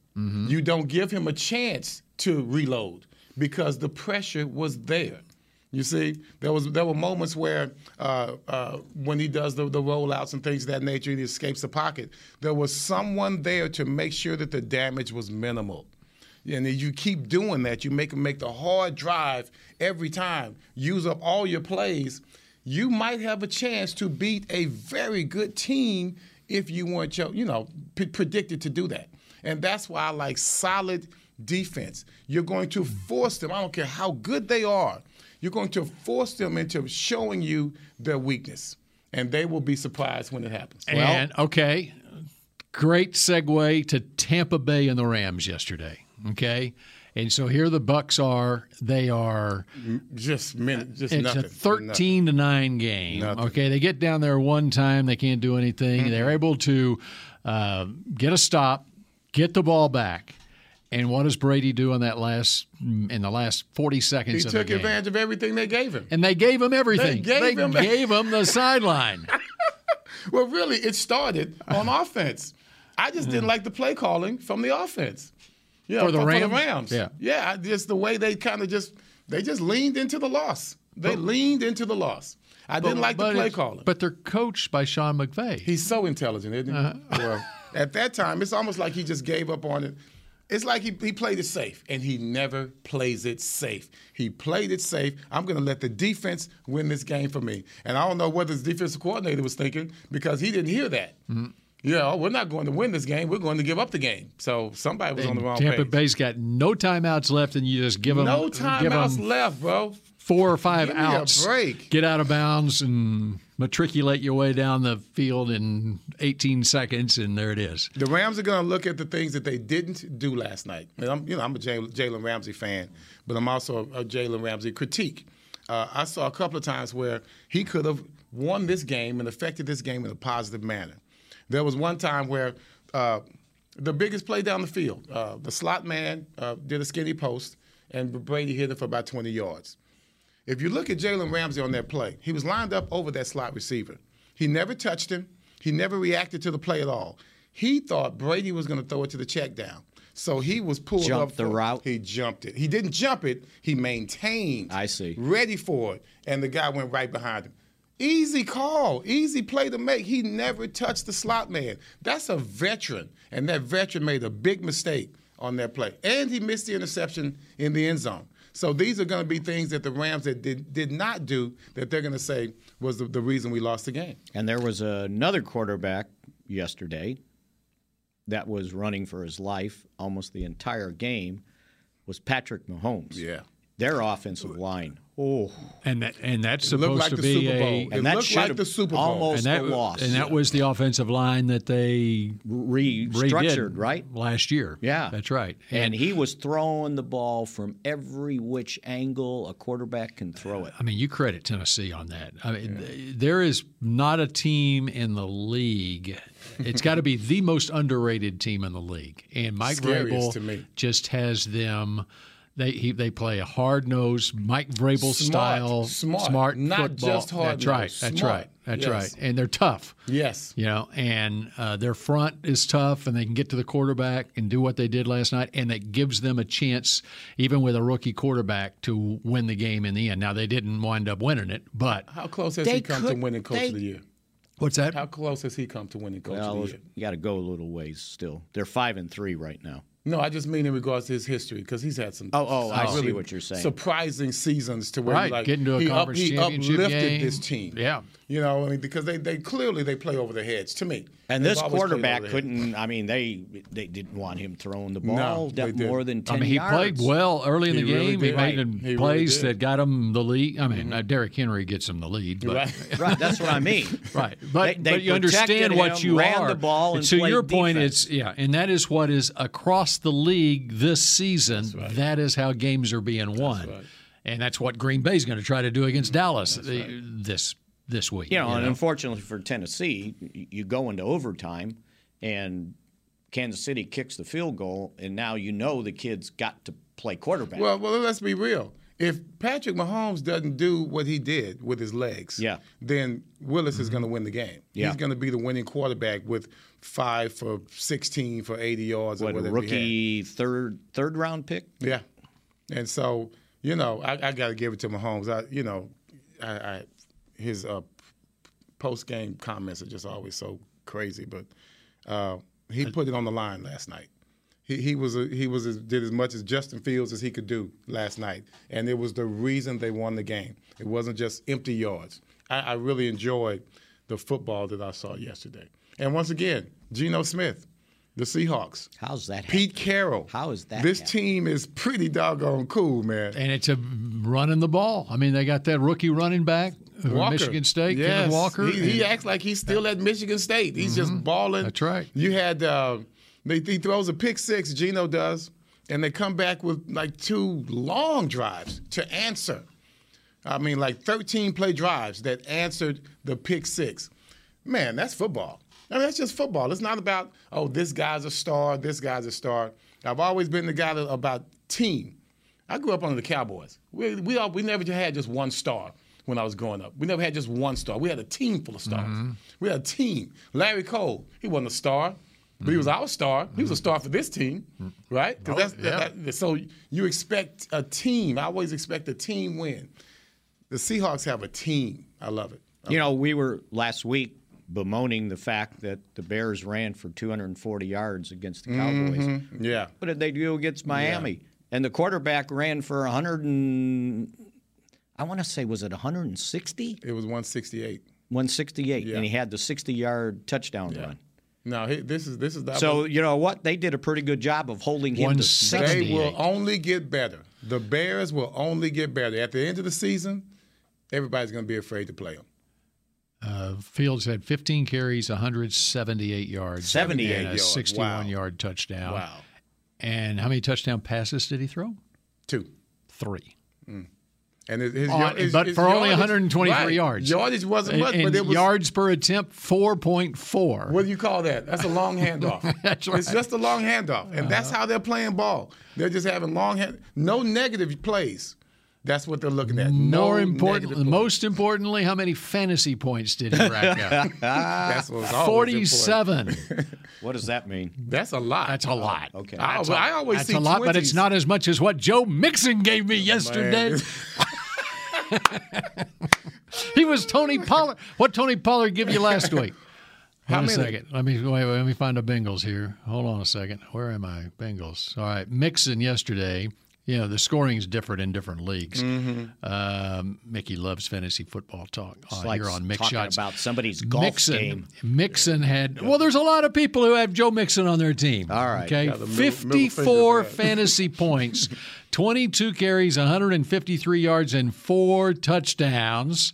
D: You don't give him a chance to reload because the pressure was there. You see, there was there were moments where uh, uh, when he does the, the rollouts and things of that nature, and he escapes the pocket. There was someone there to make sure that the damage was minimal. And if you keep doing that, you make them make the hard drive every time, use up all your plays. You might have a chance to beat a very good team if you weren't, your, you know, p- predicted to do that. And that's why I like solid defense. You're going to force them, I don't care how good they are, you're going to force them into showing you their weakness. And they will be surprised when it happens.
C: and okay, great segue to Tampa Bay and the Rams yesterday. Okay, and so here the Bucks are. They are
D: just minute, just
C: it's
D: nothing,
C: a thirteen to nine game. Okay, they get down there one time, they can't do anything.
D: Mm-hmm.
C: They're able to uh, get a stop, get the ball back, and what does Brady do on that last mm, in the last forty seconds
D: he
C: of the
D: took
C: game?
D: advantage of everything they gave him.
C: And they gave him everything.
D: They gave him-
C: gave him the sideline.
D: Well, really, it started on offense. I just didn't like the play calling from the offense. Yeah,
C: For the
D: from,
C: Rams? Yeah.
D: yeah. I- Just the way they kind of just they just leaned into the loss. They leaned into the loss. I didn't like the
C: but
D: play
C: it's-
D: calling.
C: But they're coached by Sean McVay.
D: He's so intelligent, isn't he?
C: Uh-huh.
D: Well, at that time, it's almost like he just gave up on it. It's like he, he played it safe, and he never plays it safe. He played it safe. I'm going to let the defense win this game for me. And I don't know what his defensive coordinator was thinking because he didn't hear that.
C: Mm-hmm.
D: Yeah, oh, we're not going to win this game. We're going to give up the game. So somebody was on the wrong
C: Tampa
D: page.
C: Bay's got no timeouts left, and you just give them
D: no timeouts left, bro.
C: Four or five
D: Give me a
C: outs.
D: break.
C: Get out of bounds and matriculate your way down the field in 18 seconds, and there it is.
D: The Rams are going to look at the things that they didn't do last night. And I'm, you know, I'm a Jal- Jalen Ramsey fan, but I'm also a, a Jalen Ramsey critique. Uh, I saw a couple of times where he could have won this game and affected this game in a positive manner. There was one time where uh, the biggest play down the field, uh, the slot man uh, did a skinny post, and Brady hit it for about 20 yards. If you look at Jalen Ramsey on that play, he was lined up over that slot receiver. He never touched him. He never reacted to the play at all. He thought Brady was going to throw it to the check down. So he was pulled
E: Jumped
D: up.
E: the
D: for-
E: route.
D: He jumped it. He didn't jump it. He maintained.
E: I see.
D: Ready for it. And the guy went right behind him. Easy call. Easy play to make. He never touched the slot man. That's a veteran. And that veteran made a big mistake on that play. And he missed the interception in the end zone. So these are going to be things that the Rams that did, did not do that they're going to say was the, the reason we lost the game.
E: And there was another quarterback yesterday that was running for his life almost the entire game was Patrick Mahomes.
D: Yeah.
E: Their offensive line. Oh.
C: And that and that's
D: It
C: supposed
D: looked like
C: to
D: the
C: be
D: Super
C: a
D: Bowl. It looked
E: should
D: like
E: have
D: the Super Bowl.
E: Almost
C: and that,
E: a loss.
C: and that was the offensive line that they redid
E: restructured, right?
C: last year.
E: Yeah.
C: that's right.
E: And he was throwing the ball from every which angle a quarterback can throw it.
C: I mean, you credit Tennessee on that. I mean, th- there is not a team in the league. It's got to be the most underrated team in the league, and Mike
D: Scariest
C: Vrabel
D: to me.
C: just has them. They he, they play a hard nosed Mike Vrabel
D: Smart,
C: style,
D: smart,
C: smart
D: not
C: football.
D: just hard-nosed,
C: That's right. That's
D: smart.
C: right. That's
D: Yes.
C: right. And they're tough.
D: Yes.
C: You know, and uh, their front is tough, and they can get to the quarterback and do what they did last night, and that gives them a chance, even with a rookie quarterback, to win the game in the end. Now they didn't wind up winning it, but
D: How close has
E: They
D: he come to
E: could-
D: winning coach
E: they-
D: of the year?
C: what's
D: How
C: that?
D: close has he come to winning coach
E: Well,
D: of the year?
E: you got to go a little ways still. They're five and three right now.
D: No, I just mean in regards to his history because he's had some.
E: Oh, oh, I
D: some
E: see what you're saying.
D: Surprising seasons to where
C: Right,
D: like
C: getting to a
D: he, up-
C: conference
D: he
C: championship
D: uplifted
C: game.
D: this team.
C: Yeah.
D: you know, I mean, because they, they clearly they play over their heads to me.
E: And
D: They've
E: this
D: always played
E: quarterback
D: over their heads.
E: couldn't. I mean, they they didn't want him throwing the
D: No,
E: ball
D: they
E: down more than
C: I
E: ten
C: mean, he
E: yards.
C: played well early in the
D: He really
C: game.
D: did.
C: he made
D: Right. He really
C: plays
D: did. Mm-hmm.
C: that got him the lead. I mean, uh, Derrick Henry gets him the lead, but
D: Right.
E: Right, that's what I mean.
C: Right, but
E: They- they
C: but you
E: protected
C: understand what
E: him,
C: you
E: ran
C: are.
E: the ball, and
C: to
E: played
C: your point,
E: defense.
C: it's yeah, and that is what is across the league this season. That is how games are being won, and that's what Green Bay's going to try to do against
E: Mm-hmm.
C: Dallas uh, this this week.
E: You know, and unfortunately for Tennessee, y- you go into overtime, and Kansas City kicks the field goal, and now you know the kid's got to play quarterback.
D: Well, well, let's be real. If Patrick Mahomes doesn't do what he did with his legs,
E: Yeah. Mm-hmm.
D: then Willis is going to win the game.
E: Yeah.
D: He's going to be the winning quarterback with five for sixteen for eighty yards
E: what
D: or
E: a
D: whatever. he had.
E: rookie third third round pick.
D: Yeah, and so you know, I, I got to give it to Mahomes. I, you know, I, I his uh, post game comments are just always so crazy, but uh, he put it on the line last night. he, he was a, he was as, did as much as Justin Fields as he could do last night, and it was the reason they won the game. It wasn't just empty yards. I, I really enjoyed the football that I saw yesterday. And once again, Geno Smith, the Seahawks.
E: How's that?
D: Pete Carroll. How is
E: that
D: This team is pretty doggone cool, man.
C: And it's a running the ball. I mean, they got that rookie running back, from
D: Walker.
C: Michigan State, Kenneth
D: Yes.
C: Walker.
D: He, he
C: And- Mm-hmm.
D: acts like he's still at Michigan State. He's just balling. That's right. You had uh, they, he throws a pick six. Gino does, and they come back with like two long drives to answer. I mean, like 13 play drives that answered the pick six. Man, that's football. I mean, that's just football. It's not about oh, this guy's a star. This guy's a star. I've always been the guy that, about team. I grew up under the Cowboys. We we, all, we never had just one star when I was growing up. We never had just one star. We had a team full of stars. We had a team. Larry Cole, he wasn't a star, but he was our star. He was a star for this team, right? 'Cause that's, that- that- so you expect a team. I always expect a team win. The Seahawks have a team. I love it.
E: You know, we were last week bemoaning the fact that the Bears ran for 240 yards against the Cowboys.
D: Mhm. Yeah.
E: What did they do against Miami? And the quarterback ran for 100 and I want to say was it 160?
D: It was 168.
E: 168, and he had the 60-yard touchdown run.
D: No, he, this is this is the
E: So you know what? They did a pretty good job of holding him to 60.
D: They will only get better. The Bears will only get better. At the end of the season, everybody's going to be afraid to play them.
C: Uh, Fields had 15 carries, 178 yards,
D: 78
C: and a
D: yards.
C: 61
D: Wow.
C: yard touchdown.
D: Wow.
C: And how many touchdown passes did he throw?
D: Two.
C: Three.
D: And his, his,
C: On-
D: yard- his-
C: Oh, but
D: his
C: for only
D: yardage-
C: 123
D: right.
C: yards.
D: Yardage wasn't
C: And-
D: much,
C: and
D: but it was
C: yards per attempt 4.4.
D: What do you call that? That's a long handoff.
C: That's Uh-huh.
D: It's
C: right.
D: just a long handoff, and that's how they're playing ball. They're just having long hand, no negative plays. That's what they're looking at. No
C: More
D: negative-
C: important, most importantly, how many fantasy points did he rack up?
D: That's what's always
C: Forty-seven.
E: What does that mean?
D: That's a lot.
C: That's a lot. Oh, Okay.
D: I- I always
C: that's
D: see
C: a lot, but
D: 20s.
C: it's not as much as what Joe Mixon gave me yesterday. he was Tony Pollard. What Tony Pollard give you last week?
D: How
C: Hold on a
D: many?
C: second. Let me wait, wait, Let me find the Bengals here. Hold on a second. Where am I? Bengals. All right. Mixon yesterday. You know the scoring's different in different leagues. Um, Mickey loves fantasy football talk
E: It's
C: uh,
E: like
C: here on Mix
E: talking
C: Shots.
E: about somebody's golf
C: Mixon,
E: game.
C: Mixon had well. There's a lot of people who have Joe Mixon on their team. All
E: right.
C: Okay.
E: Got the middle- middle finger
C: 54
E: for that.
C: fantasy points, 22 carries, 153 yards, and four touchdowns,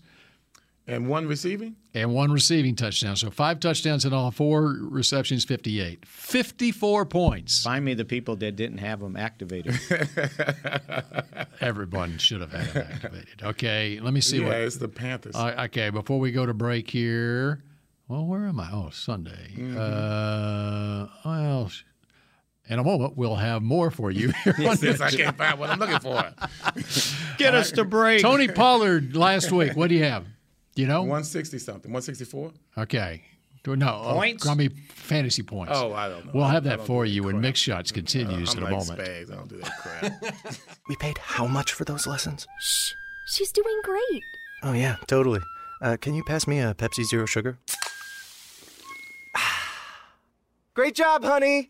D: and one receiving.
C: and one receiving touchdown. So five touchdowns in all, four receptions, 58. 54 points.
E: Find me the people that didn't have them activated.
C: Everyone should have had him activated. Okay. Let me see
D: yeah,
C: what.
D: it's the Panthers.
C: Uh, okay, before we go to break here, well, where am I? Oh, Sunday.
D: Mm-hmm.
C: Uh, well, sh- in a moment we'll have more for you. Here on
D: Since I
C: Mix It.
D: can't find what I'm looking for.
E: Get us to break.
C: Tony Pollard last week. What do you have? Do You know,
D: 160 something, 164.
C: okay. Do- No, uh,
D: Points?
C: I mean fantasy points.
D: Oh, I don't know.
C: We'll
D: I-
C: have
D: I
C: that
D: don't
C: for you when Mix Shots continues
D: Uh, I'm
C: in a
D: like
C: moment.
D: Spags. I don't do that crap.
L: We paid how much for those lessons? Shh.
M: She's doing great.
L: Oh, yeah, totally. Uh, can you pass me a Pepsi Zero Sugar? Great job, honey!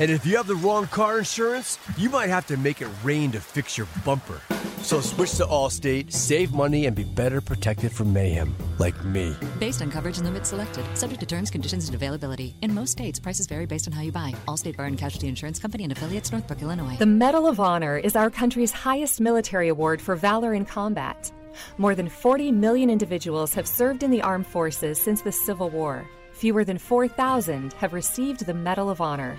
J: And if you have the wrong car insurance, you might have to make it rain to fix your bumper. So switch to Allstate, save money, and be better protected from mayhem, like me.
N: Based on coverage and limits selected, subject to terms, conditions, and availability. In most states, prices vary based on how you buy. Allstate Bar and Casualty Insurance Company and affiliates, Northbrook, Illinois.
G: The Medal of Honor is our country's highest military award for valor in combat. More than 40 million individuals have served in the armed forces since the Civil War. Fewer than 4,000 have received the Medal of Honor.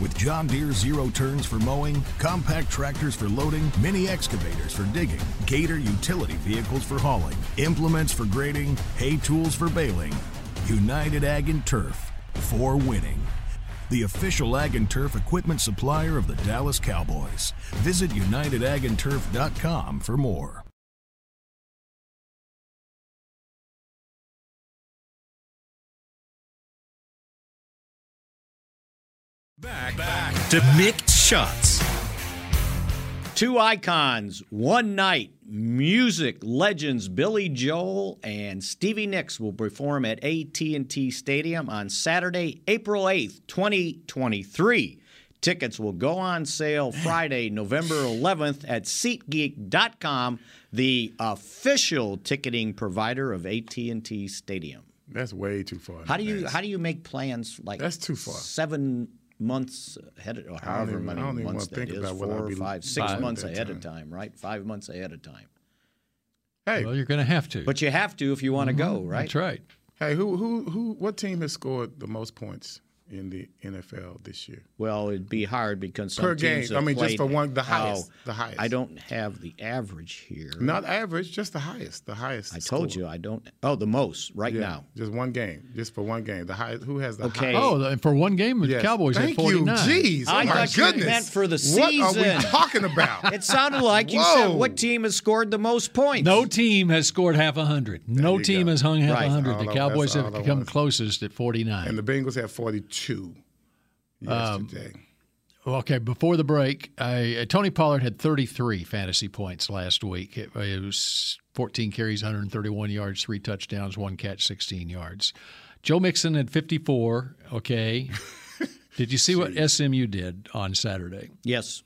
O: With John Deere zero turns for mowing, compact tractors for loading, mini excavators for digging, Gator utility vehicles for hauling, implements for grading, hay tools for baling, United Ag and Turf for winning. The official Ag and Turf equipment supplier of the Dallas Cowboys. Visit unitedagandturf.com for more.
K: Back, back to mixed shots.
E: Two icons, one night, music legends Billy Joel and Stevie Nicks will perform at AT&T Stadium on Saturday, April 8th, 2023. Tickets will go on sale Friday, November 11th at SeatGeek.com, the official ticketing provider of AT&T Stadium.
D: That's way too far.
E: How do you how do you make plans like
D: That's too far.
E: Seven months ahead, of, or however
D: even- I
E: many
D: don't even
E: months
D: wanna
E: that
D: think
E: is,
D: about
E: four
D: whether I'll
E: or
D: be
E: five, six
D: buying
E: months
D: at that
E: ahead of time, right? Five months ahead of time.
D: Hey.
C: Well, you're going to have to.
E: But you have to if you want to go,
D: Mm-hmm.
E: right?
C: right.
D: Hey, who who who? What team has scored the most points in the NFL this year?
E: Well, it'd be hard because some
D: Per game.
E: teams have
D: I mean, just
E: played-
D: the one- the highest,
E: Oh,
D: the highest.
E: I don't have the average here.
D: Not average, just the highest. The highest.
E: I told you I don't. Oh, the most right
D: Yeah,
E: now.
D: Just one game, just for one game. The highest. Who has the
E: Okay.
D: highest?
C: Oh, the- for one game, the
D: Yes.
C: Cowboys
D: Thank
C: at 49.
D: you. Jeez. Oh
E: I
D: my
E: thought you
D: goodness.
E: meant for the
D: What are
E: season.
D: we talking about?
E: It sounded like you said
D: Whoa.
E: what team has scored the most points.
C: No team has scored half a hundred. No team has hung half a
E: Right.
C: hundred.
E: All
C: The
E: I-
C: Cowboys
E: that's
C: have
E: all I
C: come
E: was.
C: closest at forty nine.
D: and the Bengals had 42
C: Um,
D: yesterday.
C: Okay, before the break, I, uh, Tony Pollard had 33 fantasy points last week. It, uh, it was 14 carries, 131 yards, three touchdowns, one catch, 16 yards. Joe Mixon had 54. Okay. did you see what SMU did on Saturday?
E: Yes,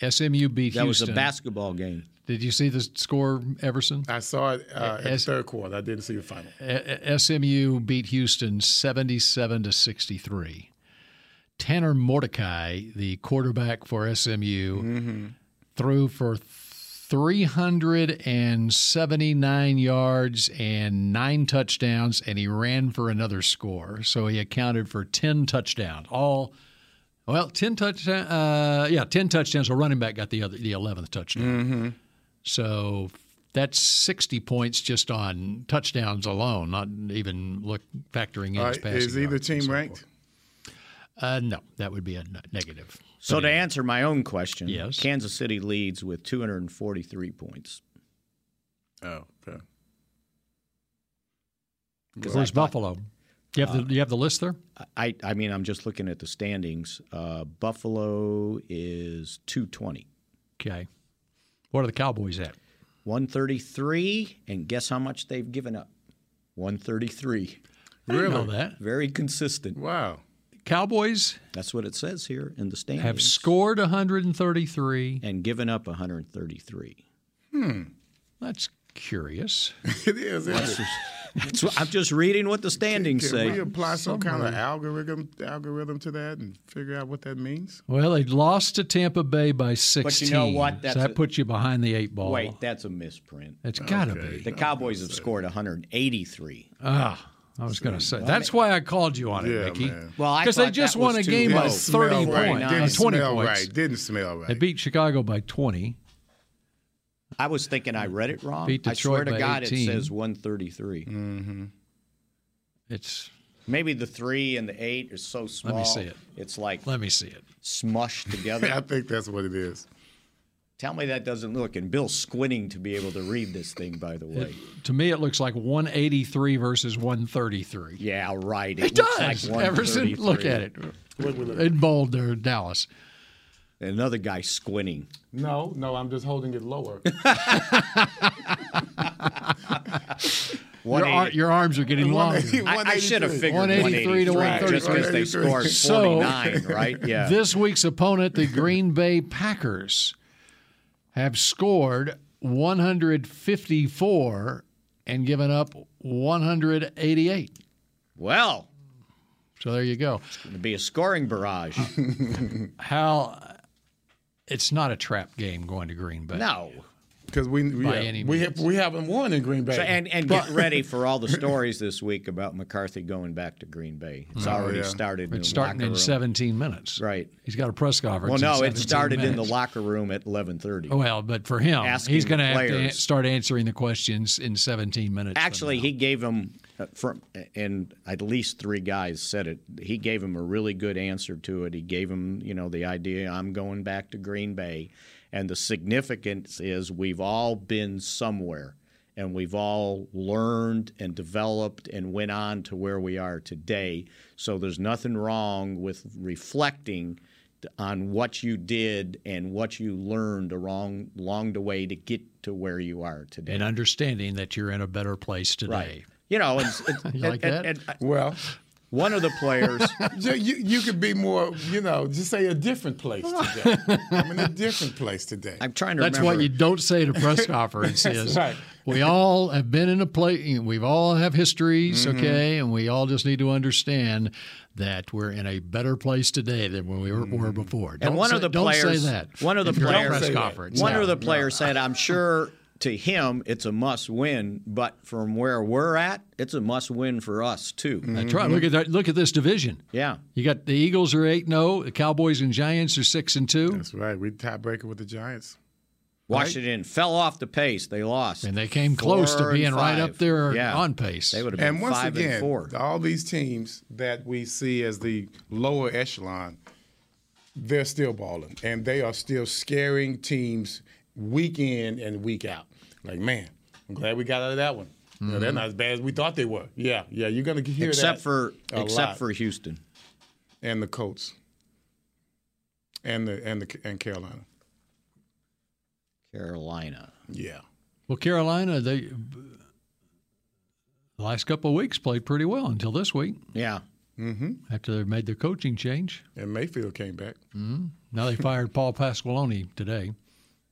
C: SMU beat
E: that was
C: Houston.
E: a basketball game.
C: Did you see the score, Everson?
D: I saw it uh, in the
C: Yes.
D: third quarter. I didn't see the final.
C: A- SMU beat Houston 77 to 63. Tanner Mordecai, the quarterback for SMU,
D: Mm-hmm.
C: threw for 379 yards and nine touchdowns, and he ran for another score. So he accounted for 10 touchdowns. All, well, 10 touchdowns. Uh, yeah, 10 touchdowns. A running back got the other, the 11th touchdown.
D: Mm-hmm.
C: So that's 60 points just on touchdowns alone, not even look factoring in
D: All
C: his
D: right,
C: passing.
D: is either
C: yards and
D: team
C: so
D: ranked?
C: forth. Uh, no, that would be a n- negative.
E: So
C: But
E: to
C: anyway,
E: answer my own question,
C: Yes.
E: Kansas City leads with 243 points.
D: Oh, okay.
E: 'Cause
C: where's
E: I thought-
C: Buffalo? Do you have the you have the list there?
E: I, I mean, I'm just looking at the standings. Uh, Buffalo is 220,
C: Okay. What are the Cowboys at?
E: 133, and guess how much they've given up? 133.
C: I didn't know that.
E: Very consistent.
D: Wow.
C: Cowboys
E: That's what it says here in the standings.
C: have scored 133.
E: and given up 133.
C: That's curious.
D: It is. Isn't it?
E: That's what, I'm just reading what the standings
D: Can we
E: say.
D: apply some kind of algorithm algorithm to that and figure out what that means?
C: Well, they lost to Tampa Bay by 16.
E: know what?
C: So
E: That's
C: that
E: a-
C: puts you behind the eight ball.
E: Wait, that's a misprint.
C: It's got to be.
E: The Cowboys have scored 183.
C: Ah, I was going to say. That's why I called you on it,
D: Yeah,
C: Mickey.
D: man.
E: Well, I
C: because they
E: thought
C: just
E: that
C: won a
E: was too
C: game by
E: low.
D: Smell
C: 30
D: right.
C: points,
D: Didn't
C: 20
D: smell
C: points.
D: right. Didn't smell
C: They
D: right.
C: beat Chicago by 20.
E: I was thinking I read it wrong.
C: Beat
E: I swear
C: Detroit
E: to
C: by Mm.
E: God,
C: 18.
E: it says 133.
C: It's
E: Maybe the three and the eight are so small.
C: see it.
E: It's like
C: let me see it.
E: smushed
D: I
E: together.
D: think that's what it is.
E: Tell me that doesn't look. And Bill's squinting to be able to read this thing, by the way.
C: To me, it looks like 183 versus 133.
E: yeah, right.
C: It does.
E: Like
C: Everson,
E: 133.
C: look at it. In bold there, Dallas.
E: Another guy squinting.
D: No, no, I'm just holding it lower.
C: Your, ar-
E: 180.
C: your arms are getting longer.
E: I, I should have figured
C: 183
E: 183
C: to 133.
E: just because they scored 49,
C: So-
E: right? Yeah.
C: This week's opponent, the Green Bay Packers, have scored 154 and given up 188.
E: well,
C: So there you go. It's
E: going to be a scoring barrage.
C: Hal, it's not a trap game going to Green Bay.
E: No.
D: Because we we,
C: By
D: have,
C: any
D: we, have, we haven't won in Green Bay.
E: So, and and get ready for all the stories this week about McCarthy going back to Green Bay. It's
C: Oh,
E: already
C: yeah.
E: started. in the
C: It's starting
E: locker
C: in
E: room.
C: 17 minutes.
E: Right.
C: He's got a press
E: Well,
C: conference.
E: no,
C: in
E: it
C: 17
E: started in the
C: minutes. Oh,
E: locker room at 11:30.
C: Well, but for him,
E: Asking
C: he's going to
E: the
C: have to an-
E: players.
C: start answering the questions in 17 minutes. from
E: Actually, he gave him uh, from and at least three guys said it. He gave him a really good answer to it. He gave him, you know, the idea I'm going back to Green Bay, and the significance is we've all been somewhere, and we've all learned and developed and went on to where we are today. So there's nothing wrong with reflecting on what you did and what you learned along along the way to get to where you are today.
C: and understanding that you're in a better place today.
E: Right. You know, it's, it's,
C: You like that?
D: well,
E: one of the players.
D: you, you, you could be more, you know, just say a different place today. I'm in a different place today.
E: I'm trying
C: That's what you don't say to press conference is
D: Right.
C: we all have been in a place we've all have histories,
E: Mm-hmm.
D: Mhm.
C: okay, and we all just need to understand that we're in a better place today than when we were, were before. Don't
E: Mm-hmm. and one
C: say,
E: of the
C: don't say
E: players,
C: that.
E: one of the
C: if you're at a
E: players,
C: press conference.
E: one
C: No.
E: of the players said, "I'm sure to him it's a must-win, but from where we're at, it's a must-win for us too."
C: That's right.
E: Mm-hmm.
C: Look at that. Look at this division.
E: Yeah.
C: You got the Eagles are eight and zero. The Cowboys and Giants are six and two.
D: That's right. We tiebreaker with the Giants.
E: Washington fell off the pace; they lost,
C: and they came close to being right up there
E: yeah.
C: on pace.
E: They would have been
D: And once
E: five
D: again,
E: and four.
D: all these teams that we see as the lower echelon, they're still balling, and they are still scaring teams week in and week out. Like, man, I'm glad we got out of that one. You know, they're
E: Mhm.
D: not as bad as we thought they were. Yeah, yeah, you're gonna hear that.
E: Except for-
D: a
E: except
D: lot.
E: for Houston
D: and the Colts, and the and the and Carolina.
E: Carolina.
D: Yeah.
C: Well, Carolina, they the last couple of weeks played pretty well until this week
E: Yeah.
D: Mm-hmm.
C: after they made their coaching change.
D: And Mayfield came back.
C: hmm Now they fired Paul Pasqualoni today,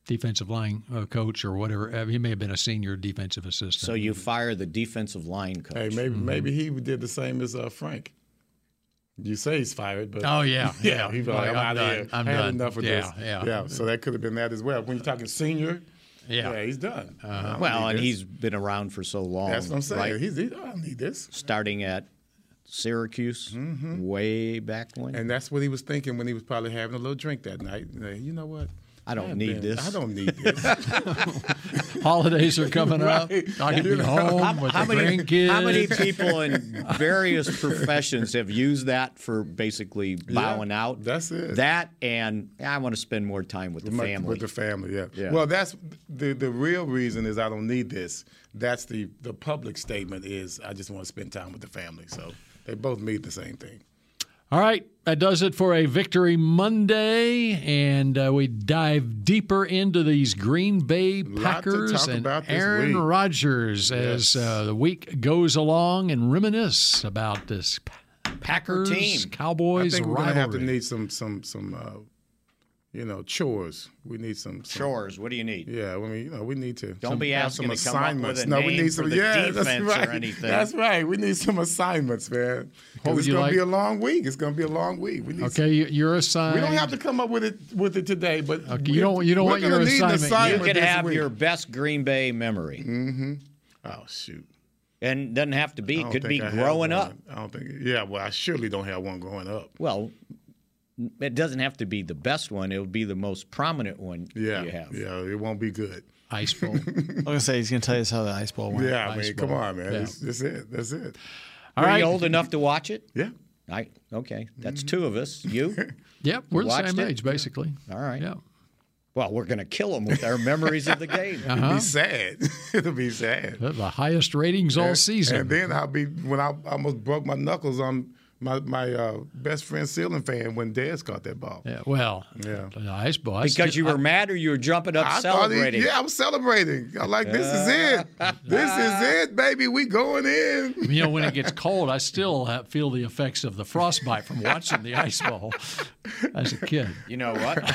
C: defensive line uh, coach or whatever. Uh, He may have been a senior defensive assistant.
E: So you fire the defensive line coach.
D: Hey, maybe maybe he did the same as uh, Frank. You say he's fired, but
C: Oh, yeah, yeah.
D: He's like,
C: Like, I'm
D: I'm, out
C: done.
D: here.
C: I'm
D: I had
C: done.
D: enough of
C: Yeah,
D: this.
C: yeah.
D: So that could have been that as well. When you're talking senior,
C: Yeah. Uh-huh.
D: he's done. I
E: Uh,
D: don't
E: well,
D: need
E: and
D: this.
E: he's been around for so long.
D: That's what I'm saying.
E: right?
D: He's, he, I don't need this.
E: starting at Syracuse way back when.
D: Mm-hmm. And that's what he was thinking when he was probably having a little drink that night. Like, you know what?
E: I don't
D: I've been-
E: need this.
D: I don't need this.
C: Holidays are coming up.
D: Right.
C: I could
D: You
C: be
D: know.
C: home
D: How-
C: with
D: how
C: the
D: many-
C: grandkids.
E: How many people in various professions have used that for basically bowing out?
D: that's it.
E: That and I want to spend more time with the
D: My-
E: family.
D: With the family, yeah.
E: Yeah.
D: Well, that's the the real reason is I don't need this. That's the the public statement is I just want to spend time with the family. So they both mean the same thing.
C: All right, that does it for a Victory Monday, and uh, we dive deeper into these Green Bay
D: to
C: Packers
D: talk
C: and
D: about this
C: Aaron
D: week.
C: Rodgers as uh, the week goes along and reminisce about this Packers
D: team.
C: Cowboys
D: I think we're
C: rivalry.
D: gonna have to need some some some uh, you know chores. We need some, some
E: Chores. What do you need?
D: Yeah, I mean you know we need to
E: Don't
D: some-
E: be
D: have
E: asking
D: some
E: to come up with
D: assignments.
E: a
D: no, we
E: name
D: need
E: for
D: some
E: the
D: yeah, that's
E: defense or
D: right.
E: anything.
D: That's right. We need some assignments, man. 'Cause
C: What would
D: it's
C: you
D: gonna be
C: like?
D: a long week. It's gonna be a long week. We need some-
C: Okay, you- you're assigned.
D: We don't have to come up with it with it today, but
C: Okay, you don't- you don't
D: we're
C: want
D: gonna
C: your
D: need an
C: assignment.
D: assignment
E: you can
D: this
E: have
D: week.
E: your best Green Bay memory.
D: Mm-hmm. Oh shoot.
E: And doesn't have to be.
D: I
E: It
D: don't
E: could be
D: think I have
E: growing
D: one.
E: up.
D: I don't think. Yeah, well, I surely don't have one growing up.
E: Well, it doesn't have to be the best one. It'll be the most prominent one
D: Yeah,
E: you have.
D: yeah, it won't be good.
C: Ice
F: I
C: Bowl.
F: was gonna say he's gonna tell us how the ice ball went.
D: Yeah, I
F: Ice
D: mean,
F: Bowl.
D: come on, man.
F: Yeah.
D: That's, that's it. That's it.
E: Are you old enough to watch it?
D: Yeah. Mm-hmm.
E: I okay. That's two of us. You?
C: Yep, we're the
E: Watched
C: same
E: it?
C: age, basically.
E: All right.
C: Yeah.
E: Well, we're gonna kill them with our memories of the game.
D: It'll
C: Uh-huh.
D: be sad. It'll be sad.
C: The highest ratings all
D: And-
C: season.
D: And then I'll be when I almost broke my knuckles on my my uh, best friend ceiling fan when Dez caught that ball.
C: yeah, well,
D: Yeah.
C: the Ice Bowl. I still-
E: Because you were mad or you were jumping up
D: I thought he-
E: celebrating.
D: yeah, I'm celebrating. I'm like, this is it. This is it, baby. We going in.
C: You know, when it gets cold, I still have, feel the effects of the frostbite from watching the ice ball as a kid.
E: You know what?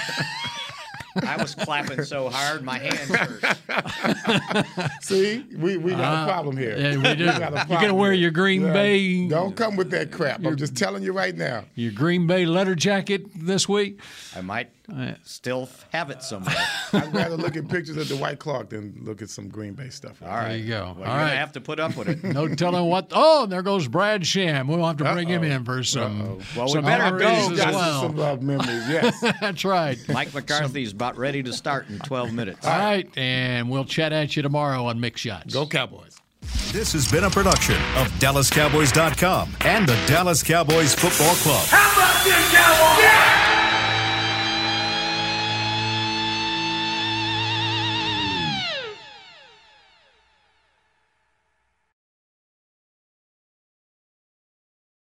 E: I was clapping so hard, my hands hurt.
D: See, we, we got
C: Ah,
D: a problem here.
C: yeah, we do.
D: got a
C: You gotta
D: problem
C: wear
D: here.
C: your Green Bay-
D: Don't come with that crap. I'm just telling you right now.
C: Your Green Bay letter jacket this week.
E: I might
D: Uh,
E: still have it somewhere.
D: I'd rather look at pictures of the White Clark than look at some Green Bay stuff. All
C: right. There you go.
E: Well,
C: All
E: you're
C: right.
E: gonna have to put up with it.
C: No telling what. Oh, and there goes Brad Sham. We'll have to bring him in for some.
E: Well, we
C: some
E: better
C: memories
E: go.
C: as
E: Got
C: well.
E: some,
D: uh, memories, yes.
C: That's right.
E: Mike McCarthy's about ready to start in 12 minutes.
C: All right, and we'll chat at you tomorrow on Mix Shots. Go
D: Cowboys.
O: This has been a production of DallasCowboys.com and the Dallas Cowboys Football Club.
H: How about this, Cowboys? Yeah!